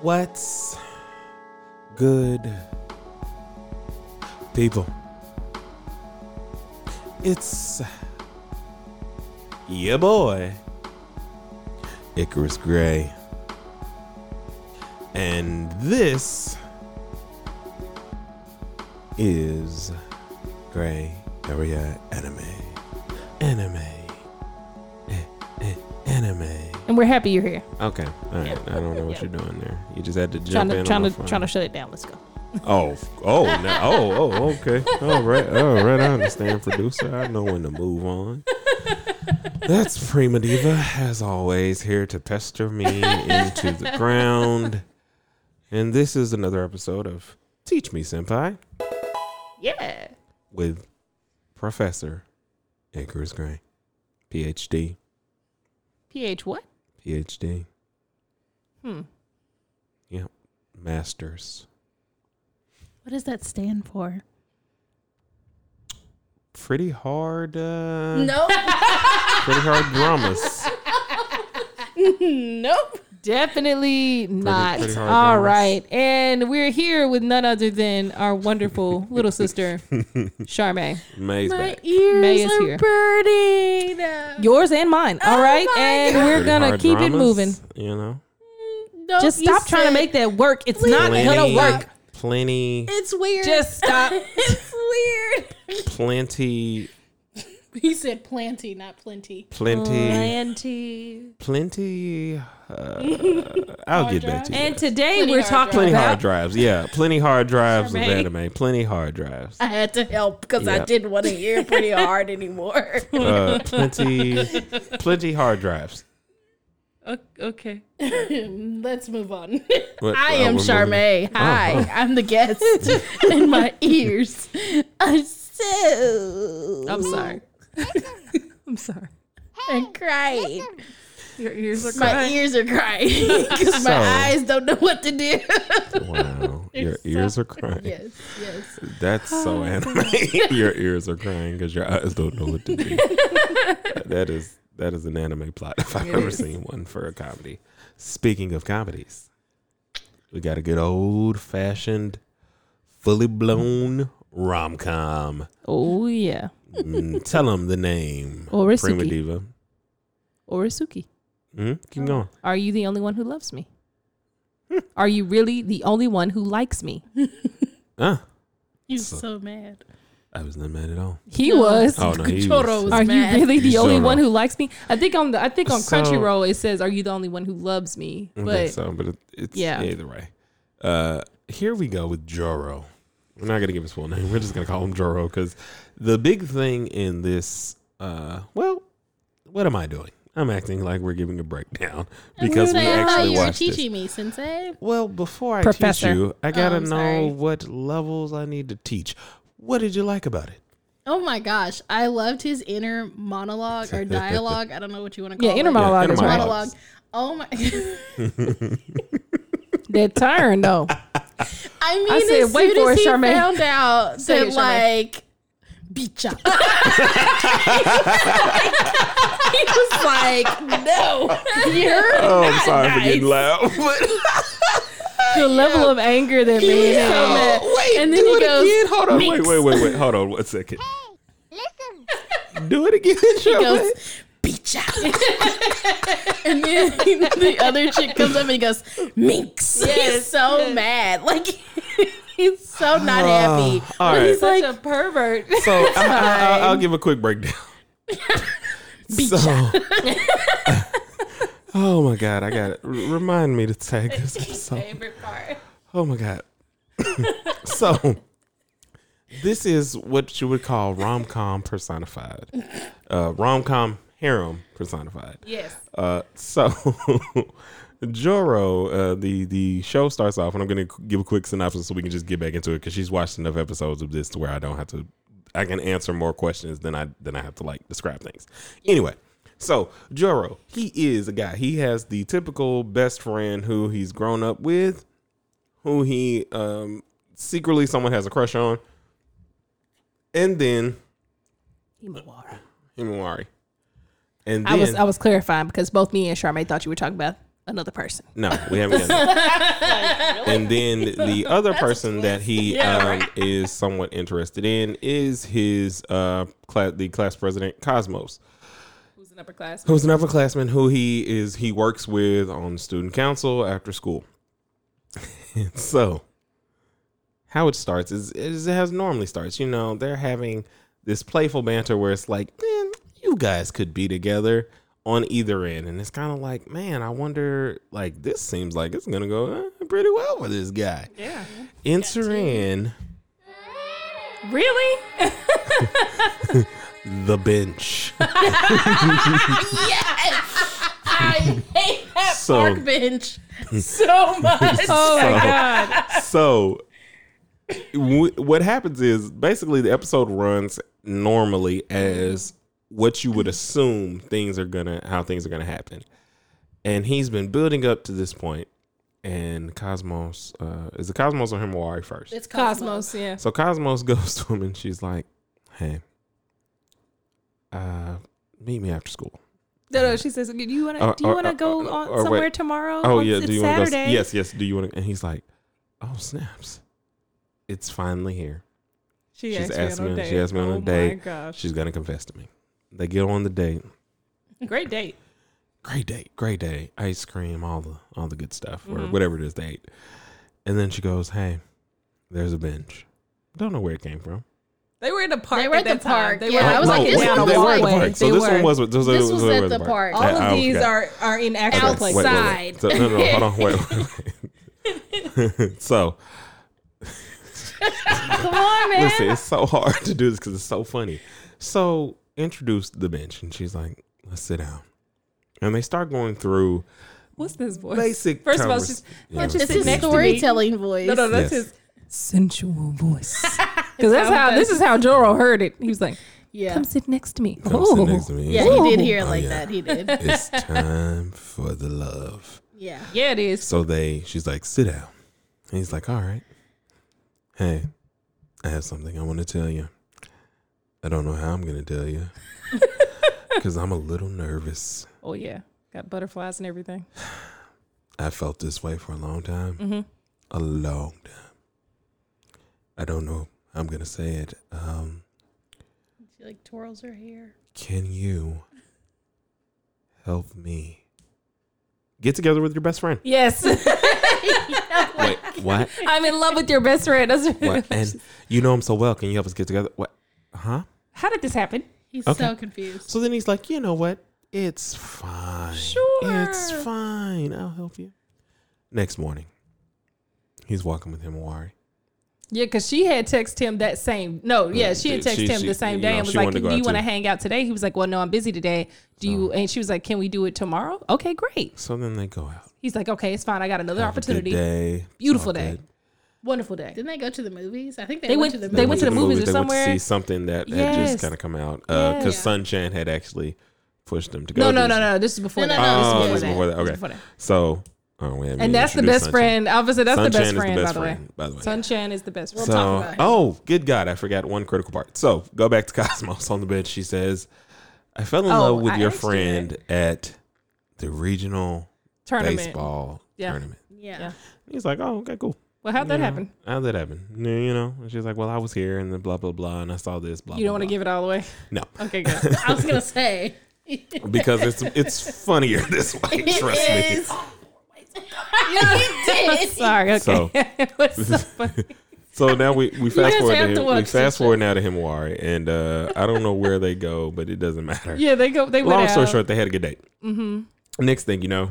What's good, people? It's your boy, Icarus Gray. And this is Gray Area Anime. Anime. Eh, eh, Anime. And we're happy you're here. Okay. All right. I don't know what Yeah. you're doing there. You just had to Trying jump to in. trying on to the trying to shut it down. Let's go. Oh. f- Oh. No. Oh. Oh. Okay. All right. All right. I understand, producer. I know when to move on. That's Prima Diva, as always, here to pester me into the ground. And this is another episode of Teach Me Senpai Yeah. with Professor Akers Gray, PhD. PH what? PhD. Hmm. Yep. Masters. What does that stand for? Pretty hard. Uh, Nope. Pretty hard dramas. nope. Definitely not. pretty hard All numbers. right. And we're here with none other than our wonderful little sister, Charmaine. Maze My back. ears May is are here. burning. Yours and mine. All right. Oh my and God. we're Pretty going to hard keep it dramas, moving. You know, No, Just you stop trying to said make that work. It's not Plenty. going to work. Plenty, It's weird. Just stop. it's weird. plenty, He said plenty, not plenty. Oh, plenty, Plenty. plenty. Uh, I'll get back to you. And today Plenty we're hard talking plenty hard about drives. Yeah, plenty hard drives of Charmaine. anime. Plenty hard drives. I had to help because I Yep. didn't want to hear pretty hard anymore. Uh, plenty, plenty hard drives. Okay. Let's move on. What- I uh, am we're moving- Charmaine. Hi, oh. I'm the guest, and my ears are so I'm sorry. I'm sorry. and crying. Your ears are My ears are crying because So- my eyes don't know what to do. Wow, your ears are crying. yes, yes. That's so anime. your ears are crying because your eyes don't know what to do. that is that is an anime plot if I've ever seen one for a comedy. Speaking of comedies, we got a good old fashioned, fully blown rom com. Oh yeah. Mm, Tell them the name. Orisuki. Prima Diva. Orisuki. Mhm, Keep going. Are you the only one who loves me? Are you really the only one who likes me? Ah, He's so, mad. I was not mad at all. He was. Oh no, he Toro was, was- Are mad. you really the He's only so one wrong. who likes me? I think on the I think on So- Crunchyroll it says, "Are you the only one who loves me?" I But think so, Mm-hmm. but it, it's Yeah. either way. Uh, here we go with Joro. We're not gonna give his full name. We're just gonna call him Joro because the big thing in this, uh, well, what am I doing? I'm acting like we're giving a breakdown because we actually watched this. me, sensei. Well, before I Professor. teach you, I gotta Oh, I'm know sorry. what levels I need to teach. What did you like about it? Oh my gosh, I loved his inner monologue or dialogue. I don't know what you want to call yeah, it. inner monologue inner is monologue. right. monologue. Oh my! That turn though. I mean, said, as "Wait soon for as it, he Charmaine." found out Say that it, Charmaine. like bicha. he was like, no, you're Oh, not I'm sorry for getting nice." loud. But The level of anger that man Yeah. had. Oh, wait, And then do he it goes, again. Hold on, wait, "Mix." wait, wait, wait. Hold on, one second. Do it again. Charmaine. goes, beach out. and then the other chick comes up and he goes, Minx. he's so mad. Like, he's so not Ah. happy. Uh, all But right. He's like, Such a pervert. So I, I, I, will give a quick breakdown. so, oh my god, I got it. R- remind me to tag this episode. Favorite part. Oh my god. so this is what you would call rom com personified, uh, rom com harem personified. Yes. Uh, so Joro, uh, the the show starts off, and I'm gonna give a quick synopsis so we can just get back into it because she's watched enough episodes of this to where I don't have to. I can answer more questions than I than I have to like describe things. Anyway, so Joro, he is a guy. He has the typical best friend who he's grown up with, who he um, secretly someone has a crush on, and then Himawari. And then I was I was clarifying because both me and Charmaine thought you were talking about another person. No, we haven't done that. and then the other person that he um, is somewhat interested in is his uh, class, the class president Cosmos, Who's an upper class? who's an upperclassman who he is he works with on student council after school. And so, how it starts is is it has normally starts. You know, they're having this playful banter where it's like, man, you guys could be together on either end, and it's kind of like, man, I wonder. Like this seems like it's gonna go eh, pretty well for this guy. Yeah. Enter in Really? the bench. I hate that So- park bench so much. Oh So- my god. so w- what happens is basically the episode runs normally as what you would assume things are gonna how things are gonna happen and he's been building up to this point and cosmos uh is the cosmos or himawari first It's Cosmos, yeah. so cosmos goes to him and she's like hey uh meet me after school No, no, she says, "Do you want to? Uh, do you uh, want uh, to go uh, on or wait. somewhere tomorrow? Oh On- yeah, it's do you want to go? Saturday? Yes, yes. Do you want to? And he's like, "Oh snaps, it's finally here. She She's asked asked, me on a me- date. she asked me on a oh my date. gosh, She's gonna confess to me." They get on the date. great date. Great date, great date. Ice cream, all the all the good stuff, or Mm-hmm. whatever it is they ate. And then she goes, "Hey, there's a bench. Don't know where it came from. Oh, They were in the park. They were at at that the time. park. They Yeah, were I was out like, No, in this they the were was at at the walkway. park. So They this one were. was this, was- This was they at were the park. All I- I of these forgot. are are in actual Okay, place. wait, wait, wait. outside. So, no, no, hold on, wait. wait, wait. so Come on, man. Listen, it's so hard to do this because it's so funny. So introduced the bench, and she's like, "Let's sit down." And they start going through What's this voice? basic. First of all, convers- she's Yeah. let's It's just sit his next to me. storytelling voice. No, no, that's Yes. his sensual voice. Because that's how this is how Joro heard it. He was like, Yeah. "Come sit next to me." Come sit Oh. next to me. Yeah, It's he like, did hear it Oh, like yeah. that. He did. It's time for the love. Yeah. Yeah, it is. So they, she's like, "Sit down," and he's like, "All right." Hey, I have something I want to tell you. I don't know how I'm gonna tell you because I'm a little nervous. Oh yeah, got butterflies and everything. I felt this way for a long time. A long time. I don't know. I'm going to say it. Um, She like twirls her hair. can you help me? Get together with your best friend. Yes, Wait, what? I'm in love with your best friend. That's What? And you know him so well. Can you help us get together? What? Huh? how did this happen? He's Okay. so confused. So then he's like, you know what? It's fine. It's Sure. fine. I'll help you. Next morning, he's walking with Himawari. Yeah, because she had texted him that same. No, yeah, she had She- texted she- him she- the same you day know, and was she like, wanted to "Do go out you want to too." hang out today?" He was like, "Well, no, I'm busy today. Do you?" And she was like, "Can we do it tomorrow?" Okay, great. So then they go out. He's like, "Okay, it's fine. I got another Have a good opportunity. day. It's Beautiful all day. good. Wonderful day." Didn't they go to the movies? I think they, They went- went, to the they movies. went to the movies or They went to somewhere. see something that had Yes. just kind of come out because Yes. Sunchan had actually pushed them to go. No, no, to no, this- no. This is before No, that. no, no, Oh, this this is before that. This is Okay, before that. so oh, we haven't even And that's the introduced Sunchan. best friend. Obviously, that's the Sunchan best friend, is the by best the way. friend, by the way. Sunchan is the best friend. talk so, about it. oh, good God, I forgot one critical part. So, go back to Cosmos on the bed. She says, "I fell in Oh, love with I your asked you friend at the regional Tournament. baseball Yeah. tournament." Yeah. Yeah. He's like, "Oh, okay, cool." Well, how'd You that know, happen? How'd that happen? You know, and she's like, "Well, I was here, and then blah blah blah, and I saw this blah." You don't want to blah, give it all away. blah. no. Okay, good. I was gonna say. because it's it's funnier this way. Trust me. Sorry. Okay. So- It was so funny. So now we, we fast guys forward to have to him, we watch fast this forward now to Himawari, and uh, I don't know where they go, but it doesn't matter. yeah, they go. They went Long story out. short, they had a good date. Mm-hmm. Next thing you know,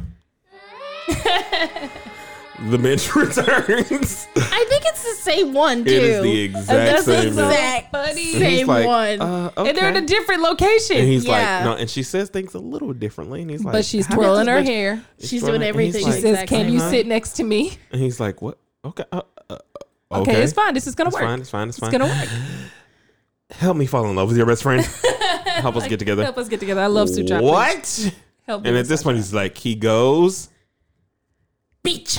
the bench returns. I think it's the same one too. It is the exact That's the same. bench. exact Buddy. And he's same like, one. uh, And they're okay. in a different location. And he's like, Yeah. no, and she says things a little differently, and he's like, but she's "How did twirling this her bitch-" hair. She's twirling- doing and he's everything She like- Right. says, "Can you Uh-huh. sit next to me?" And he's like, what? Okay, uh, uh, uh, Okay, it's fine. This is gonna It's work. fine. It's fine. It's It's fine. gonna work. help me fall in love with your best friend. help us get together. Help us get together. I love Suchak. What? Help me And at with this point, he's like, he goes. Beach.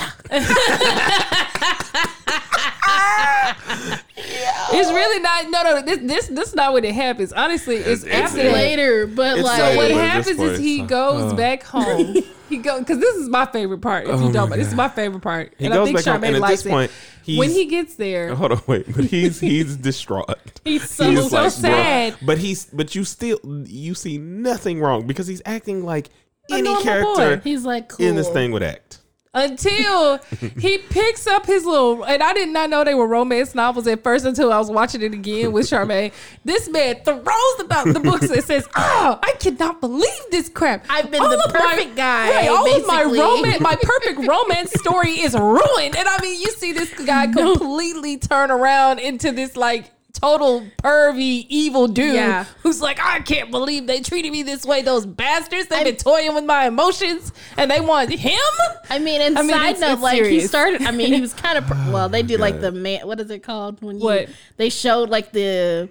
It's really not. No, no. This, this, this is not when it happens. Honestly, it's, It's- after it's- that. later, but It's like so So what Yeah, we're happens just is he like, goes uh. back home. He go because this is my favorite part. If Oh you don't, my this is God. my favorite part. He and I goes think back home, Charmaine and at likes this it. point, when he's- he gets there, Hold on, wait. But he's he's distraught. he's so He's so like, bro. sad. But he's but you still you see nothing wrong because he's acting like A any normal character boy. he's like cool. in this thing would act. until he picks up his little and I did not know they were romance novels at first until I was watching it again with Charmaine. This man throws about the books and says, "Oh, I cannot believe this crap. I've been the of my- perfect guy, Right, all of my basically." romance, my perfect romance story is ruined." And I mean, you see this guy completely turn around into this like. Total pervy evil dude Yeah. who's like, I can't believe they treated me this way. Those bastards, they've I- been toying with my emotions and they want him. I mean, and I mean, side it's- note, it's like he serious. started. I mean, he was kind of well. They did like Oh God. the man. What is it called when you, What? they showed like the.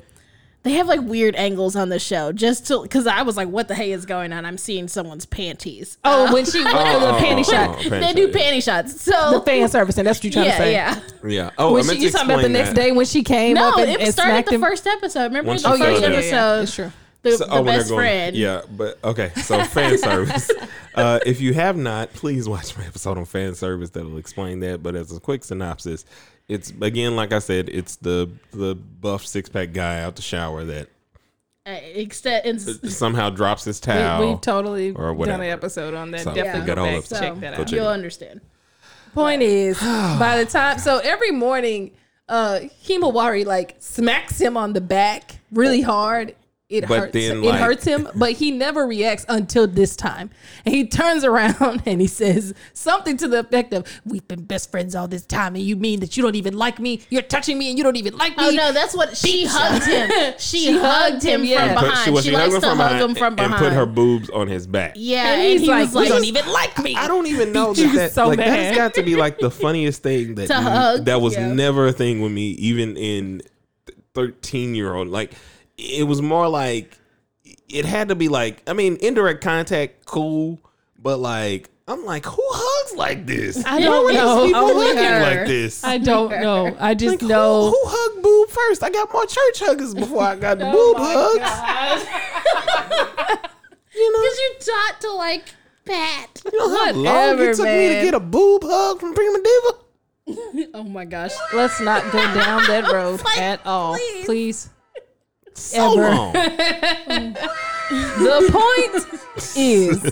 They have like weird angles on the show just to because I was like, what the hey is going on? I'm seeing someone's panties. Uh, Oh, when she went Oh, to the oh, panty oh, shot. oh, panty they shot, do yeah. panty shots. So fan service, and that's what you're yeah, yeah. Yeah. Oh, I When meant she, to you talking about the explain next that. day when she came No, up and, it and started smacked the him? first episode. Remember in Once the you saw first that. episode, It's true. the, So- the oh, when they're best going- friend. Yeah, but okay. So fan service. Uh, if you have not, please watch my episode on fan service that'll explain that. But as a quick synopsis, it's again like I said, it's the the buff six pack guy out the shower that uh, Uh, except in, somehow drops his We, towel. we totally Or done whatever. an episode on that. So, Definitely get go all back of to that. check that Go out. check you'll it. understand. Point is, by the time, so every morning, uh, Himawari like smacks him on the back really hard. It But hurts. then, it like- hurts him, but he never reacts until this time. And he turns around and he says something to the effect of, "We've been best friends all this time, and you mean that you don't even like me? You're touching me, and you don't even like me." Oh no, that's what she hugged him. She, hugged him yeah. from Put- behind. was- she likes to hug him from behind. and put her boobs on his back. yeah, And and, he's he like, was "You like, don't even like me. I don't even know that, was that so like mad. that's got to be like the funniest thing that To hug, that was yeah. never a thing with me, even in thirteen year old. Like it was more like it had to be like I mean indirect contact, cool, but like I'm like who hugs like this? I don't know. People Only looking her. like this. I don't know. I just Like, who- know. who, hugged boob first. I got more church huggers before I got the Oh boob hugs. you know, because you taught to like pat. you know how long Whatever, it took me to man. get a boob hug from Prima Diva. Oh my gosh, Let's not go down that road Like, at all, please. please. So Ever. long. The point is,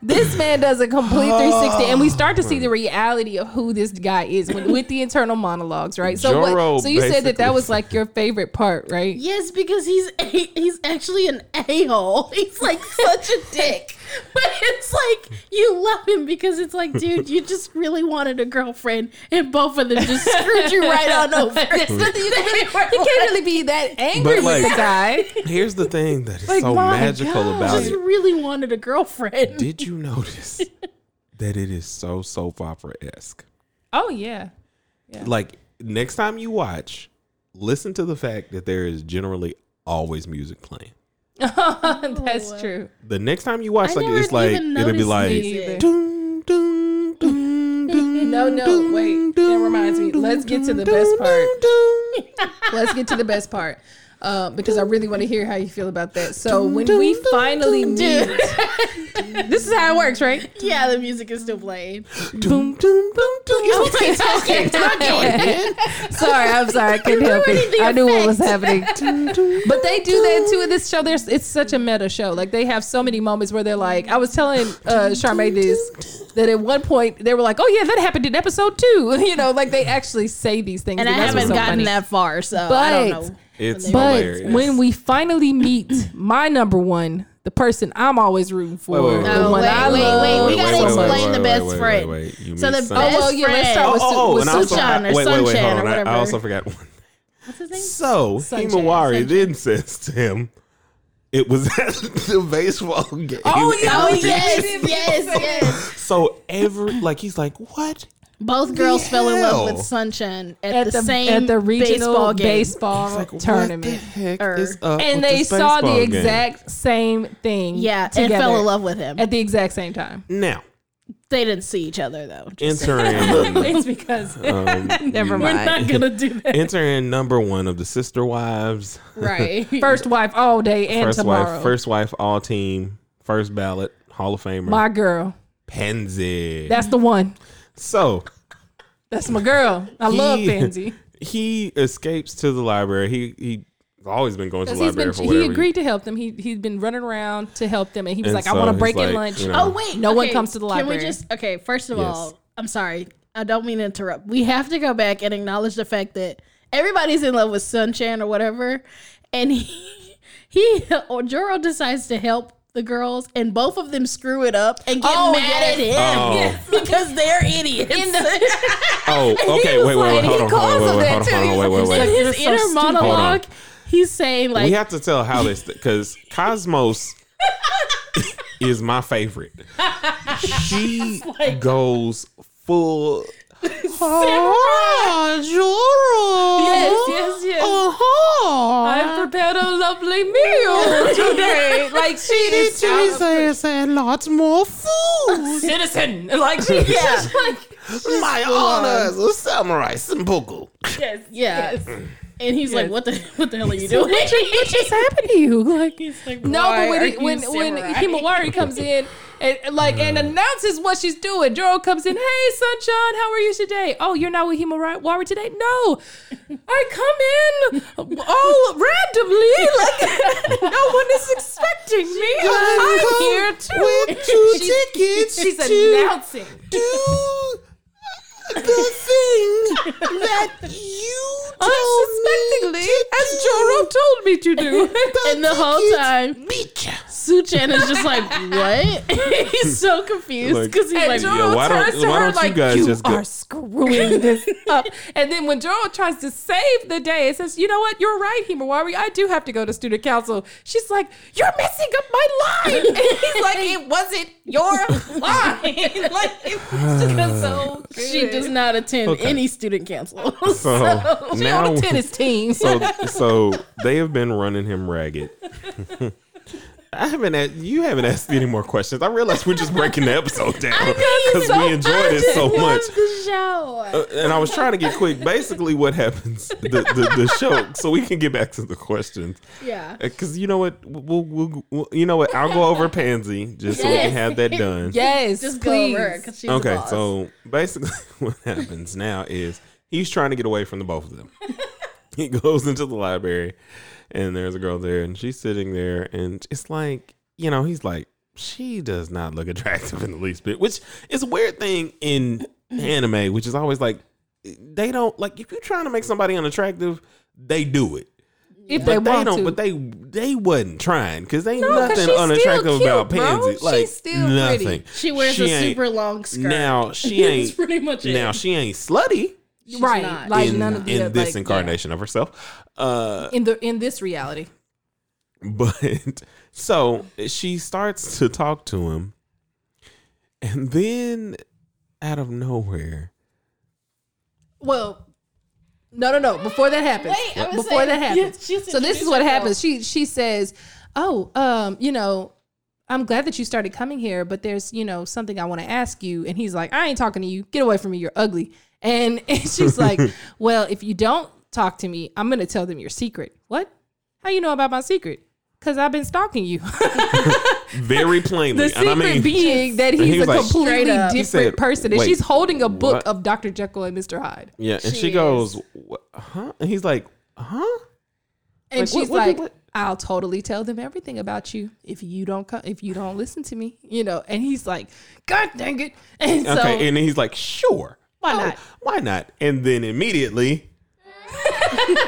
this man does a complete 360, and we start to see the reality of who this guy is when, with the internal monologues, right? So, Joro what, so you said that that basically- was like your favorite part, right? yes, because he's a- he's actually an a hole. He's like such a dick, but it's like you love him because it's like, dude, you just really wanted a girlfriend, and both of them just screwed you right on over. There's nothing you, can, you can't really be that angry But, with like- the guy. Here's the thing that is Like, so my magical God. about Just it. really wanted a girlfriend. Did you notice that it is so soap opera esque? Oh yeah, Like next time you watch, listen to the fact that there is generally always music playing. that's true. The next time you watch, I like never it's like even it'll be noticed like, music. dun, dun, dun, dun, No, no, wait. That reminds me. Let's get to the best part. Let's get to the best part. Uh, because I really want to hear how you feel about that. So when we finally meet, this is how it works, right? Yeah, the music is still playing. dun, dun, dun, dun. You don't say Okay, man. sorry, I'm sorry, I couldn't help it. I knew what was happening. But they do that too in this show. There's it's such a meta show. Like they have so many moments where they're like, I was telling uh, Charmaine this that at one point they were like, oh yeah, that happened in episode two. You know, like they actually say these things. and I that's what's haven't so gotten funny. that far, so I don't But- know. It's But hilarious. when we finally meet my number one, the person I'm always rooting Wait, for, wait, wait, the No, one wait, I wait, love. wait, we gotta wait, wait, explain wait, the wait, best wait, wait, friend. wait. You So the missed best something. Oh, well, yeah, let's friend. start with Oh, oh, with and I also, Suchan I, or wait, wait, wait, Sunchan hold or on. I, I whatever. also forgot one. What's his name? So Sunshine, Himawari sunshine. then says to him, "It was at the baseball game." Oh, yeah. Oh yes, yes, yes. So every like he's like, "What?" Both girls fell in love with hell? Sunshine at, at the, the, same at the regional baseball game. baseball, He's like, what the tournament. heck Er. is up And with they this saw the baseball game? exact same thing. Yeah, together and fell in love with him. at the exact same time. Now, They didn't see each other though. Just entering it's because Never we're not mind. gonna do that. entering number one of the sister wives, right. first wife all day and first tomorrow. wife, first wife, all team, first ballot Hall of Famer my girl. Penzi. That's the one. so That's my girl. I He- love Benzie. he escapes to the library. He he's always been going to the He's library been, for he whatever. agreed to help them. He he'd been running around to help them, and he was And like, "I so want to he's break like, in lunch." you know, Oh wait. No one okay, comes to the library. Can we just okay, first of Yes. all, I'm sorry. I don't mean to interrupt. We have to go back and acknowledge the fact that everybody's in love with Sunshine or whatever. And he he or Joro decides to help the girls and both of them screw it up and get Oh, mad at him Oh. because they're idiots. Oh, okay. Uh, Wait, wait, wait. Hold on, hold on, wait, wait, hold on, hold on, wait, wait, wait. in his You're so inner stupid. monologue, he's saying like we have to tell how this because Cosmos is my favorite. She goes full. Oh, yes, yes, yes. Uh-huh. Oh, uh-huh. I prepared a lovely meal today. Like she is just lots more food. citizen. Like she is just like My honor is a samurai seppuku. yes. yeah. And he's like, Yes. "What the what the hell are you doing?" What just happened to you? Like He's like, no, but "Why are when you he, when when samurai?" Himawari comes in and like and announces what she's doing, Joro comes in. Hey, sunshine, how are you today? Oh, you're not with Himawari today? No, I come in all randomly, like no one is expecting me. I'm here too. With two She's- tickets She's to announcing. do the thing that you told Unsuspectingly, as Joro told me to do. and the whole time, Bitch. Suchan is just like, "What?" he's so confused Like- because And he's Joro like, Yeah, why don't- turns to why her don't you like, guys you just go- are screwing this up. And then when Joro tries to save the day, it says, you know what, you're right, Himawari, I do have to go to student council. She's like, you're messing up my line. And he's like, it wasn't your line. Like, it was just so good. she does not attend any student council. So now, on the tennis team. so so they have been running him ragged. I haven't. Asked, you haven't asked any more questions. I realize we're just breaking the episode down because we enjoyed it so much. the show. Uh, and I was trying to get quick. Basically, what happens the, the the show, so we can get back to the questions. Yeah. Because Uh, you know what, we'll, we'll, we'll you know what, I'll go over Pansy just so we can Yes. have that done. yes, Just go please. over because she's Okay, the boss. so basically, what happens now is he's trying to get away from the both of them. he goes into the library, and there's a girl there, and she's sitting there, and it's like, you know, he's like, she does not look attractive in the least bit, which is a weird thing in anime, which is always like, they don't like if you're trying to make somebody unattractive, they do it. if But they, want don't. to. But they they wasn't trying because they ain't No, 'cause she's nothing still unattractive cute, about bro. Pansy. She's Like still pretty. nothing. she wears She a ain't- super long skirt. Now she That's ain't pretty much it. now she ain't slutty right, not. like in, none of the in this like, incarnation of herself. Uh, yeah. in the in this reality. but so she starts to talk to him, and then out of nowhere, Well, no, no, no. Before that happens, Wait, I was before saying- that happens. Yeah, she so this introduced is what herself. happens. She she says, "Oh, um, you know, I'm glad that you started coming here, but there's you know something I want to ask you." And he's like, "I ain't talking to you. Get away from me. You're ugly." And, and she's like, "Well, if you don't talk to me, I'm gonna tell them your secret." What? How you know about my secret? Cause I've been stalking you. very plainly, the and secret I mean, being that he he's was a like, completely straight up. different He said, person, and "Wait, she's holding a book what?" of Dr. Jekyll and Mr. Hyde. yeah, and she, She goes, "Wha- "Huh?" And he's like, "Huh?" Like, and what- she's what- like, what- "I'll totally tell them everything about you if you don't co- if you don't listen to me," you know. And he's like, "God dang it!" And so okay, and then he's like, "Sure, why Oh, not? why not?" And then immediately,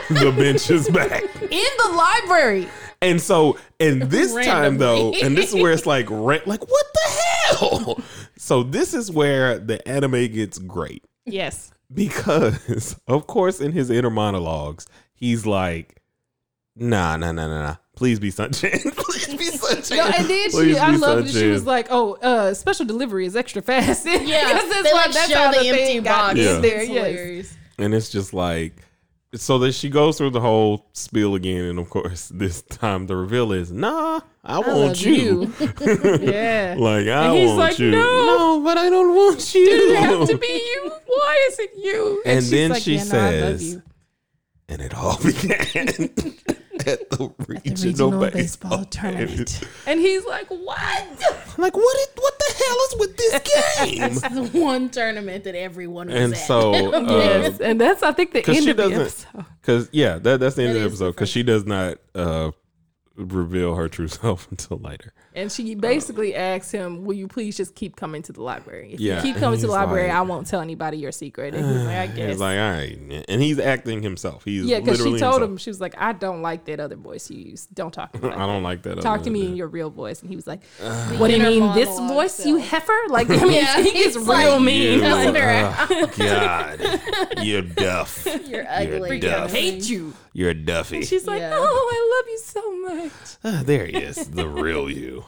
the bench is back. In the library, And so, and this time though, Randomly. and this is where it's like, ra- like what the hell? So this is where the anime gets great yes, because, of course, in his inner monologues, he's like, "Nah, nah, nah, nah, nah. Please be Sunshine. Please be Sunshine." no, and then she, Please I be love that she Sunshine. was like, "Oh, uh, special delivery is extra fast." yeah, they, like, show the empty box. Yeah. there. It's Yes. hilarious. and it's just like so that she goes through the whole spiel again, and of course, this time the reveal is, "Nah, I, want love you." yeah. Like I And he's want like, you. "No." but I don't want you. Did it have to be you? Why is it you? And she's then she "Yeah, no, I love says- you." and it all began at the regional, baseball, tournament. and he's like, "What?" Like, what? It, what the hell is with this game? It's the one tournament that everyone was and at. so, uh, yes, and that's I think the 'cause end she of the doesn't- episode. because yeah, that, that's the end of the is the episode. Because she does not uh, reveal her true self until later. And she Oh. basically asks him, "Will you please just keep coming to the library? If Yeah, you keep and coming to the he's library, like- I won't tell anybody your secret." And he's like, "I guess." He's like, all right, and he's acting himself. He's yeah, because literally she told him himself. she was like, "I don't like that other voice you use. Don't talk to me. Like I that. don't like that. Talk other to me in than your real voice." And he was like, "What do you inner mean this monologue voice, you self. heifer? Like, I mean, Yeah, he gets he's real like- mean. Yeah. Like, Cussing her that. God, you're duff. You're You're ugly. I deaf. hate you." You're Duffy. She's like, Yeah. "Oh, I love you so much." Ah, there he is, the real you.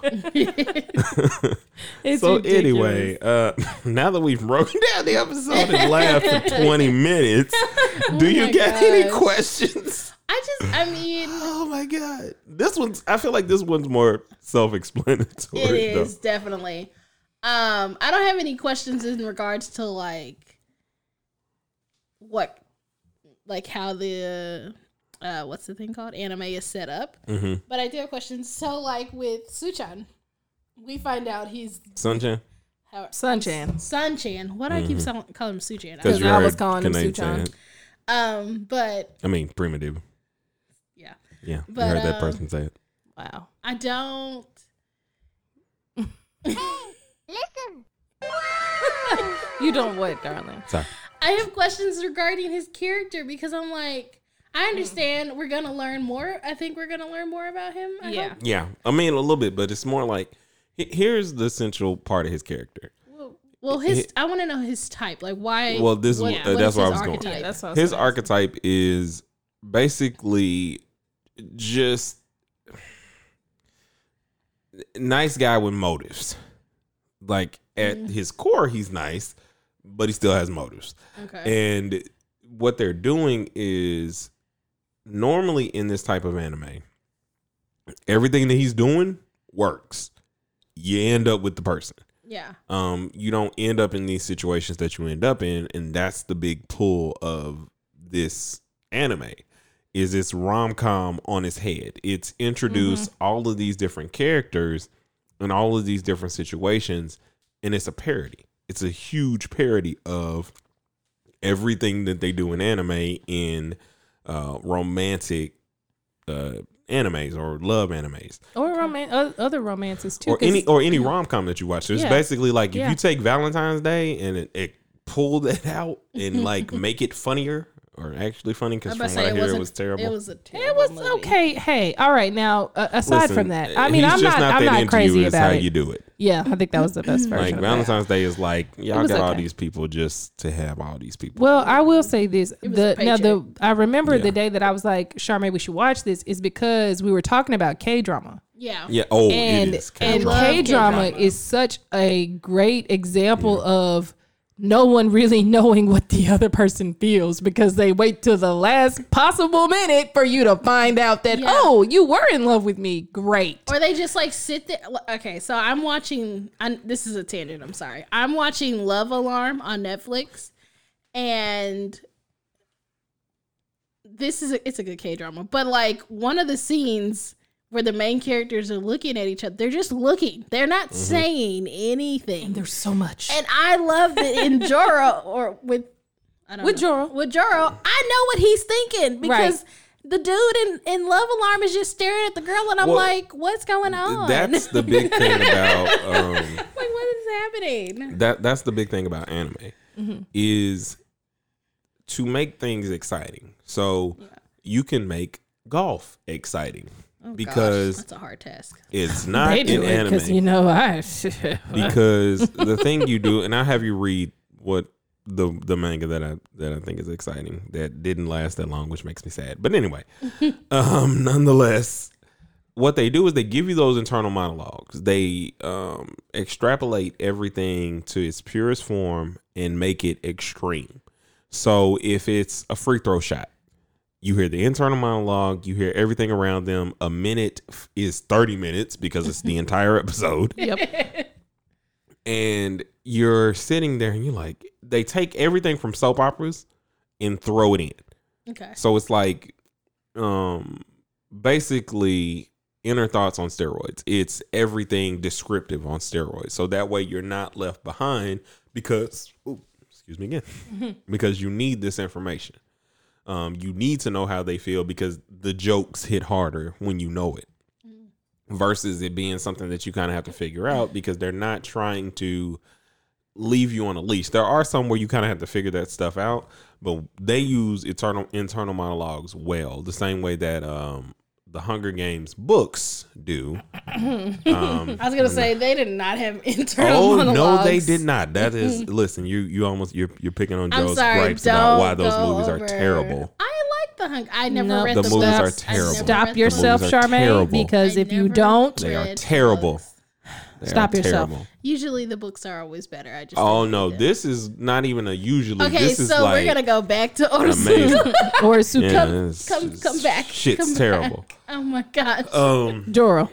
It's So ridiculous. anyway, uh, now that we've broken down the episode and laughed for 20 minutes, Oh do you my got any gosh. questions? I just, I mean, Oh my god, this one's. I feel like this one's more self-explanatory. it though. is definitely. Um, I don't have any questions in regards to like what, like how the, uh, what's the thing called anime is set up. Mhm. But I do have questions. So, like with Suchan, we find out he's Sunshine, how, Sunchan. Sunchan. Why do I keep so- calling him Suchan? because 'Cause you're I was calling him Canadian Suchan. saying- Um, but I mean, primitive. yeah, Yeah, But, you heard that um, person say it. Wow. I don't. You don't what, darling? Sorry. I have questions regarding his character because I'm like, Mm. I understand we're gonna learn more. I think we're gonna learn more about him. I Yeah. hope. Yeah, I mean a little bit, but it's more like he- here's the central part of his character. Well, well, his It- I want to know his type. Like why? Well, this is what- uh, what that's is where I his was going. archetype? Yeah, that's what I was his gonna archetype is basically just nice guy with motives. Like at Mm-hmm. his core, he's nice, but he still has motives. okay. And what they're doing is normally in this type of anime, everything that he's doing works. You end up with the person yeah. um, you don't end up in these situations that you end up in, and that's the big pull of this anime. Is it's rom com on its head? It's introduced all of these different characters and all of these different situations, and it's a parody. It's a huge parody of everything that they do in anime in uh, romantic uh, animes or love animes Or roman- o- other romances too. or 'cause- any or any rom com that you watch. It's Yeah. basically like if Yeah. you take Valentine's Day and it, it pull that out and like make it funnier or actually funny because I'm from about what to I say it hear was it was terrible. It was a terrible. it was movie. okay. Hey, all right. Now, uh, aside Listen, from that, I mean, he's I'm just not, I'm that not into crazy you, it's about how it. you do it. yeah, I think that was the best version. Like of that. Valentine's Day is like y'all was got all okay. these people just to have all these people. Well, I will say this. was The a now the paycheck. I remember Yeah. the day that I was like, Charmaine, we should watch this. Is because we were talking about K drama. Yeah. yeah. Oh, and it is. K-drama. and K-drama. I love K drama K-drama. is such a great example of no one really knowing what the other person feels because they wait till the last possible minute for you to find out that Yeah. oh you were in love with me great Or they just like sit there. Okay, so I'm watching. i this is a tangent. I'm sorry. I'm watching Love Alarm on Netflix, and this is a, it's a good K drama. But like one of the scenes where the main characters are looking at each other, they're just looking. They're not saying anything. there's so much And I love that in Joro or with I don't With know. Jorah. With Joro, I know what he's thinking because the dude in, in Love Alarm is just staring at the girl and I'm Well, like, what's going on? that's the big thing about um, like what is happening? that that's the big thing about anime Mm-hmm. is to make things exciting. So you can make golf exciting because Gosh, that's a hard task. it's not Oh, they in do it anime. because you know I because the thing you do, and I have you read what the the manga that I that I think is exciting that didn't last that long, which makes me sad. But anyway, um, nonetheless, what they do is they give you those internal monologues. They um, extrapolate everything to its purest form and make it extreme. So if it's a free throw shot, You hear the internal monologue, you hear everything around them. A minute f- is 30 minutes because it's the entire episode. Yep. And you're sitting there and you're like, they take everything from soap operas and throw it in. Okay. So it's like, um, basically inner thoughts on steroids. It's everything descriptive on steroids. So that way you're not left behind because, ooh, excuse me again, because you need this information. Um, you need to know how they feel because the jokes hit harder when you know it versus it being something that you kind of have to figure out because they're not trying to leave you on a leash. There are some where you kind of have to figure that stuff out, but they use internal internal monologues well, the same way that um the Hunger Games books do. Um, I was gonna say they did not have internal oh no, monologues. they did not. That is listen. You you almost you're you're picking on I'm Joe's sorry. gripes don't about why those go movies over. are terrible. I like the hung. I never No, read The the, movies are books. I never terrible. Stop read yourself, the books. Those are Charmaine, terrible. because I if you never don't, They read are the terrible. books. They Stop are yourself. terrible. Usually the books are always better. I just Oh never no, read them. this is not even a usually. Okay, this is so like we're gonna go back to amazing. Otis. or Suki Yeah, Come- it's come- just- come back, Shit's come back. terrible. oh my god. Um. Joro,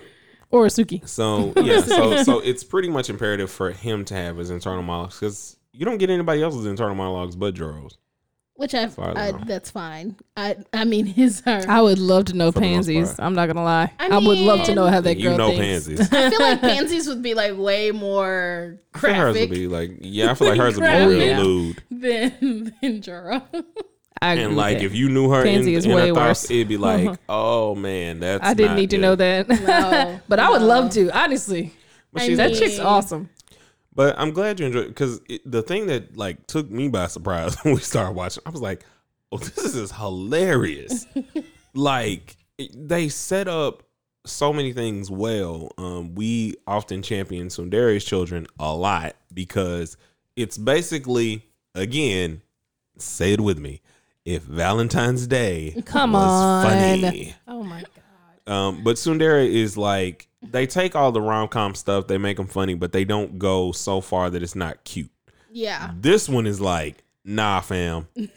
or Suki. So yeah. So so it's pretty much imperative for him to have his internal monologues because you don't get anybody else's internal monologues but Joro's. Which I've, Far I, down. that's fine. I I mean his her. I, I would love to know the most pansies. part. I'm not gonna lie. I, I would love to mean- know how that girl You know, thinks. pansies. feel like Pansy's would be like way more I feel hers would graphic be like yeah. I feel like hers would be real Graphic. Yeah. lewd. than than Juro. I agree And with like that. if you knew her Pansy in, is in her way thoughts, worse. Uh-huh. it'd be like oh man, that's. I didn't not need to good. know that. No, but I would no. love to, honestly. But I she's That mean- chick's awesome. But I'm glad you enjoyed because the thing that like took me by surprise when we started watching, I was like, "Oh, this is hilarious!" like it- they set up so many things well. Um, we often champion Sundari's children a lot because it's basically again, say it with me. If Valentine's Day Come was on. funny, Oh my god. um, but Sundara is like they take all the rom com stuff, they make them funny, but they don't go so far that it's not cute. Ah. Yeah. This one is like, nah, fam, we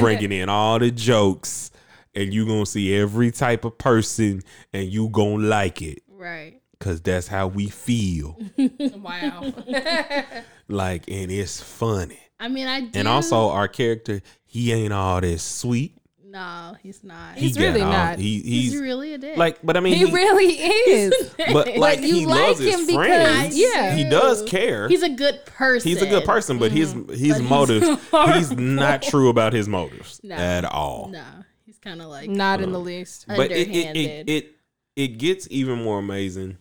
bringing in all the jokes, and you gonna see every type of person, and you gonna like it, Right. cause that's how we feel. Wow. Like, and it's funny, I mean, I do. and also our character, he ain't all this sweet. no, he's not. He He's got really all- not. He, He's, he's, really a dick. like, but I mean, he really is. but like you he like loves his him because- friends. yeah. he does care. he's a good person. He's a good person, but his Mm-hmm. his motives he's not true about his motives No. at all. No, he's kind of like not in the least. But it it, it underhanded. it it gets even more amazing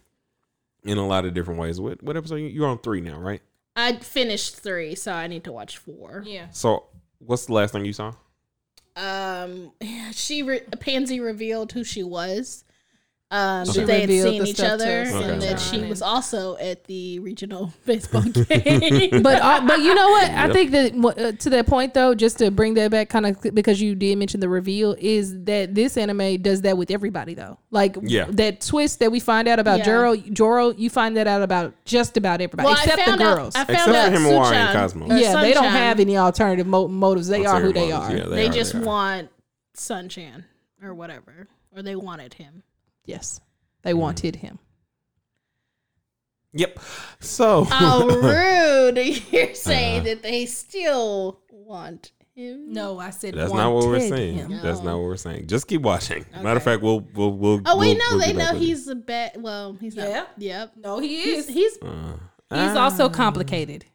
in a lot of different ways. What what episode you- you're on three now, right? I finished three, so I need to watch four. Yeah. So what's the last thing you saw? Um, she re- Pansy revealed who she was. Um, She that they had revealed seen the each stuff to other, us and and that John she and- was also at the regional baseball game. But uh, but you know what? I Yep. think that uh, to that point though, just to bring that back, kind of because you did mention the reveal, is that this anime does that with everybody though. Like Yeah. that twist that we find out about Yeah. Joro, Joro, you find that out about just about everybody Well, I except the found out- girls. I found Except for out him and Warren Suchan- and Cosmo. or yeah, they don't Sunshine, have any alternative mo- motives. They are who they are. Yeah, They are, just are. want Sunchan or whatever, or they wanted him. Yes, Mm-hmm. they wanted him. Yep. So How rude! You're saying that they still want him? No, I said that's not what we're wanted saying. him. That's No. not what we're saying. Just keep watching. Matter of fact, we'll we'll we'll. Oh wait, we'll- no, we'll they get back know with it. he's a bet. Well, he's not. Yeah. Yep. No, he is. He's He's, he's Uh, also complicated.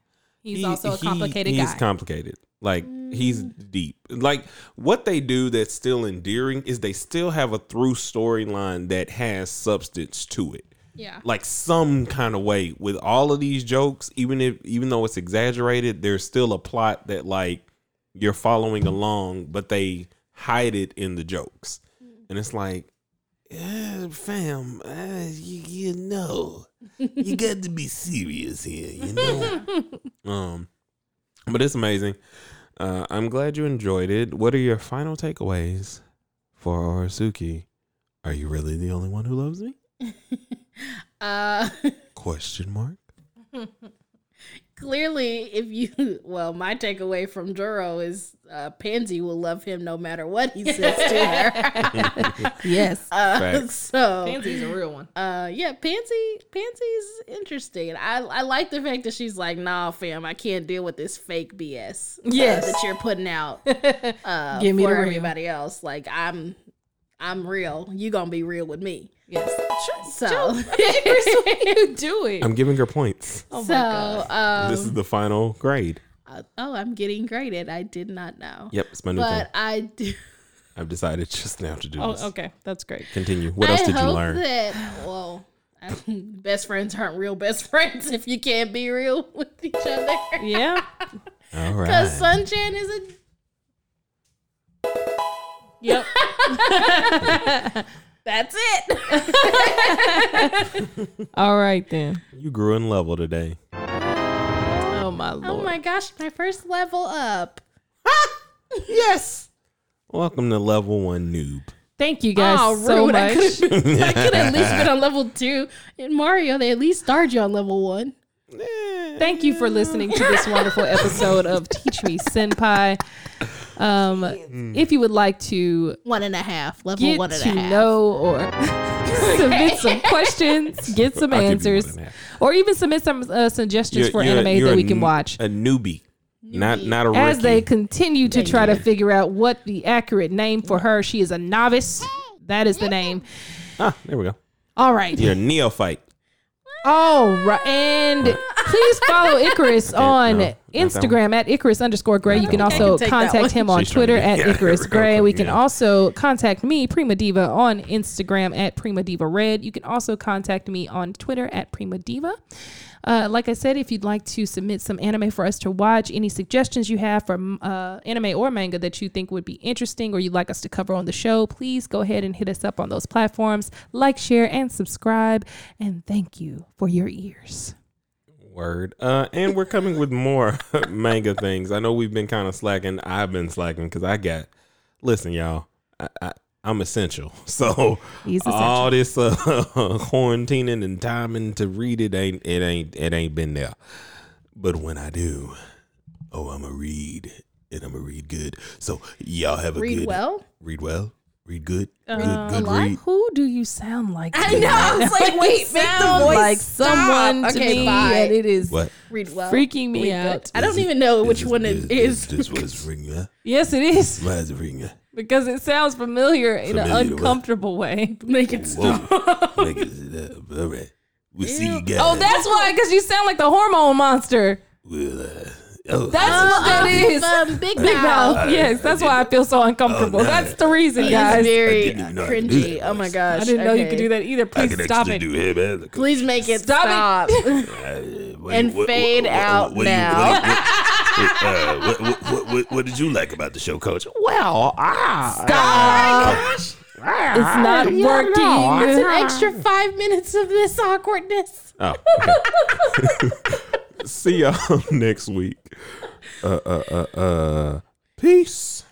He's He- also a he- complicated he's guy. complicated. Like he's deep. Like what they do that's still endearing is they still have a through storyline that has substance to it. yeah. Like some kind of way with all of these jokes, even if even though it's exaggerated, there's still a plot that like you're following along, but they hide it in the jokes, and it's like, eh, fam, eh, you, you know, you got to be serious here, you know. um, but it's amazing. Uh, I'm glad you enjoyed it. What are your final takeaways for Orisuki? Are you really the only one who loves me? Uh, Question mark. clearly, if you well, my takeaway from Duro is uh, Pansy will love him no matter what he says to her. Yes. Uh, Facts. so Pansy's a real one. uh yeah pansy pansy's interesting i i like the fact that she's like nah fam i can't deal with this fake bs Yes. that you're putting out uh Give me for the real. everybody else like i'm i'm real you gonna be real with me Yes. so you do it. I'm giving her points. oh so um this is the final grade. uh, oh i'm getting graded i did not know Yep, it's my new thing. but i do I've decided just now to do this. Oh, okay. That's great. Continue. What else I did you hope learn? that well best friends aren't real best friends if you can't be real with each other Yeah. All right. Because Sunshine is a yep. that's it. All right then. You grew in level today. Oh my lord. Oh my gosh, my first level up. Yes. Welcome to level one noob. Thank you guys Aw, so Ah, rude. I much. I could at least been on level two. In Mario, they at least started you on level one. Thank you for listening to this wonderful episode of Teach Me Senpai. Mm. Um, if you would like to One and a half. Level get one and a to half. know or submit some questions, get some I'll give you more answers, than that. or even submit some uh, suggestions for You're- you're a- anime you're that a we can n- watch A newbie, not not a as rookie. they continue to try to figure out what the accurate name for her. She is a novice. That is the name. ah, there we go. All right. You're a neophyte. All right. And please follow Icarus on no, not that Instagram at Icarus underscore Gray. You can Okay, also take that contact one. him on She's Twitter trying at to- yeah, Icarus real Gray. quick, We can yeah. also contact me, Prima Diva, on Instagram at Prima Diva Red. You can also contact me on Twitter at Prima Diva. Uh, like I said, if you'd like to submit some anime for us to watch, any suggestions you have for uh, anime or manga that you think would be interesting or you'd like us to cover on the show, please go ahead and hit us up on those platforms. Like, share, and subscribe. And thank you for your ears. Word. Uh, and we're coming with more manga things. I know we've been kind of slacking. I've been slacking because I got. Listen, y'all. I, I, I'm essential. So He's essential. all this uh, quarantining and timing to read it ain't it ain't it ain't been there. But when I do, oh, I'm a read and I'm a read good. So y'all have a Read good well. Uh, Read well. Read good. Good. good Like, read. Who do you sound like? to me? I was like, wait, Sound like someone to okay, me, bye. and it is What? Read well. freaking me Read out. good. I don't even know which This one good. it is. This was ringer. Yes, it is Was ringer. because it sounds familiar in Familiar an to what? uncomfortable way. Make it Whoa. stop. Niggas, uh, all right. We'll see you guys. Oh, that's why, because you sound like the hormone monster. We'll, uh, oh, That's what that is. Um, Big Big Mouth. mouth. Yes, that's why I feel so uncomfortable. Oh, no. That's the reason, He's guys. It's very didn't even know I could do cringy. that Oh my voice. gosh. I didn't know you okay. could do that either. I Please can stop actually it. do him as a Please make it Stop stop. and fade out now. what, uh, what, what, what, what did you like about the show, Coach? Well, Oh, ah, Oh Stop. It's not It's working. an extra five minutes of this awkwardness. Oh, okay. See y'all next week. Uh, uh, uh, uh. Peace.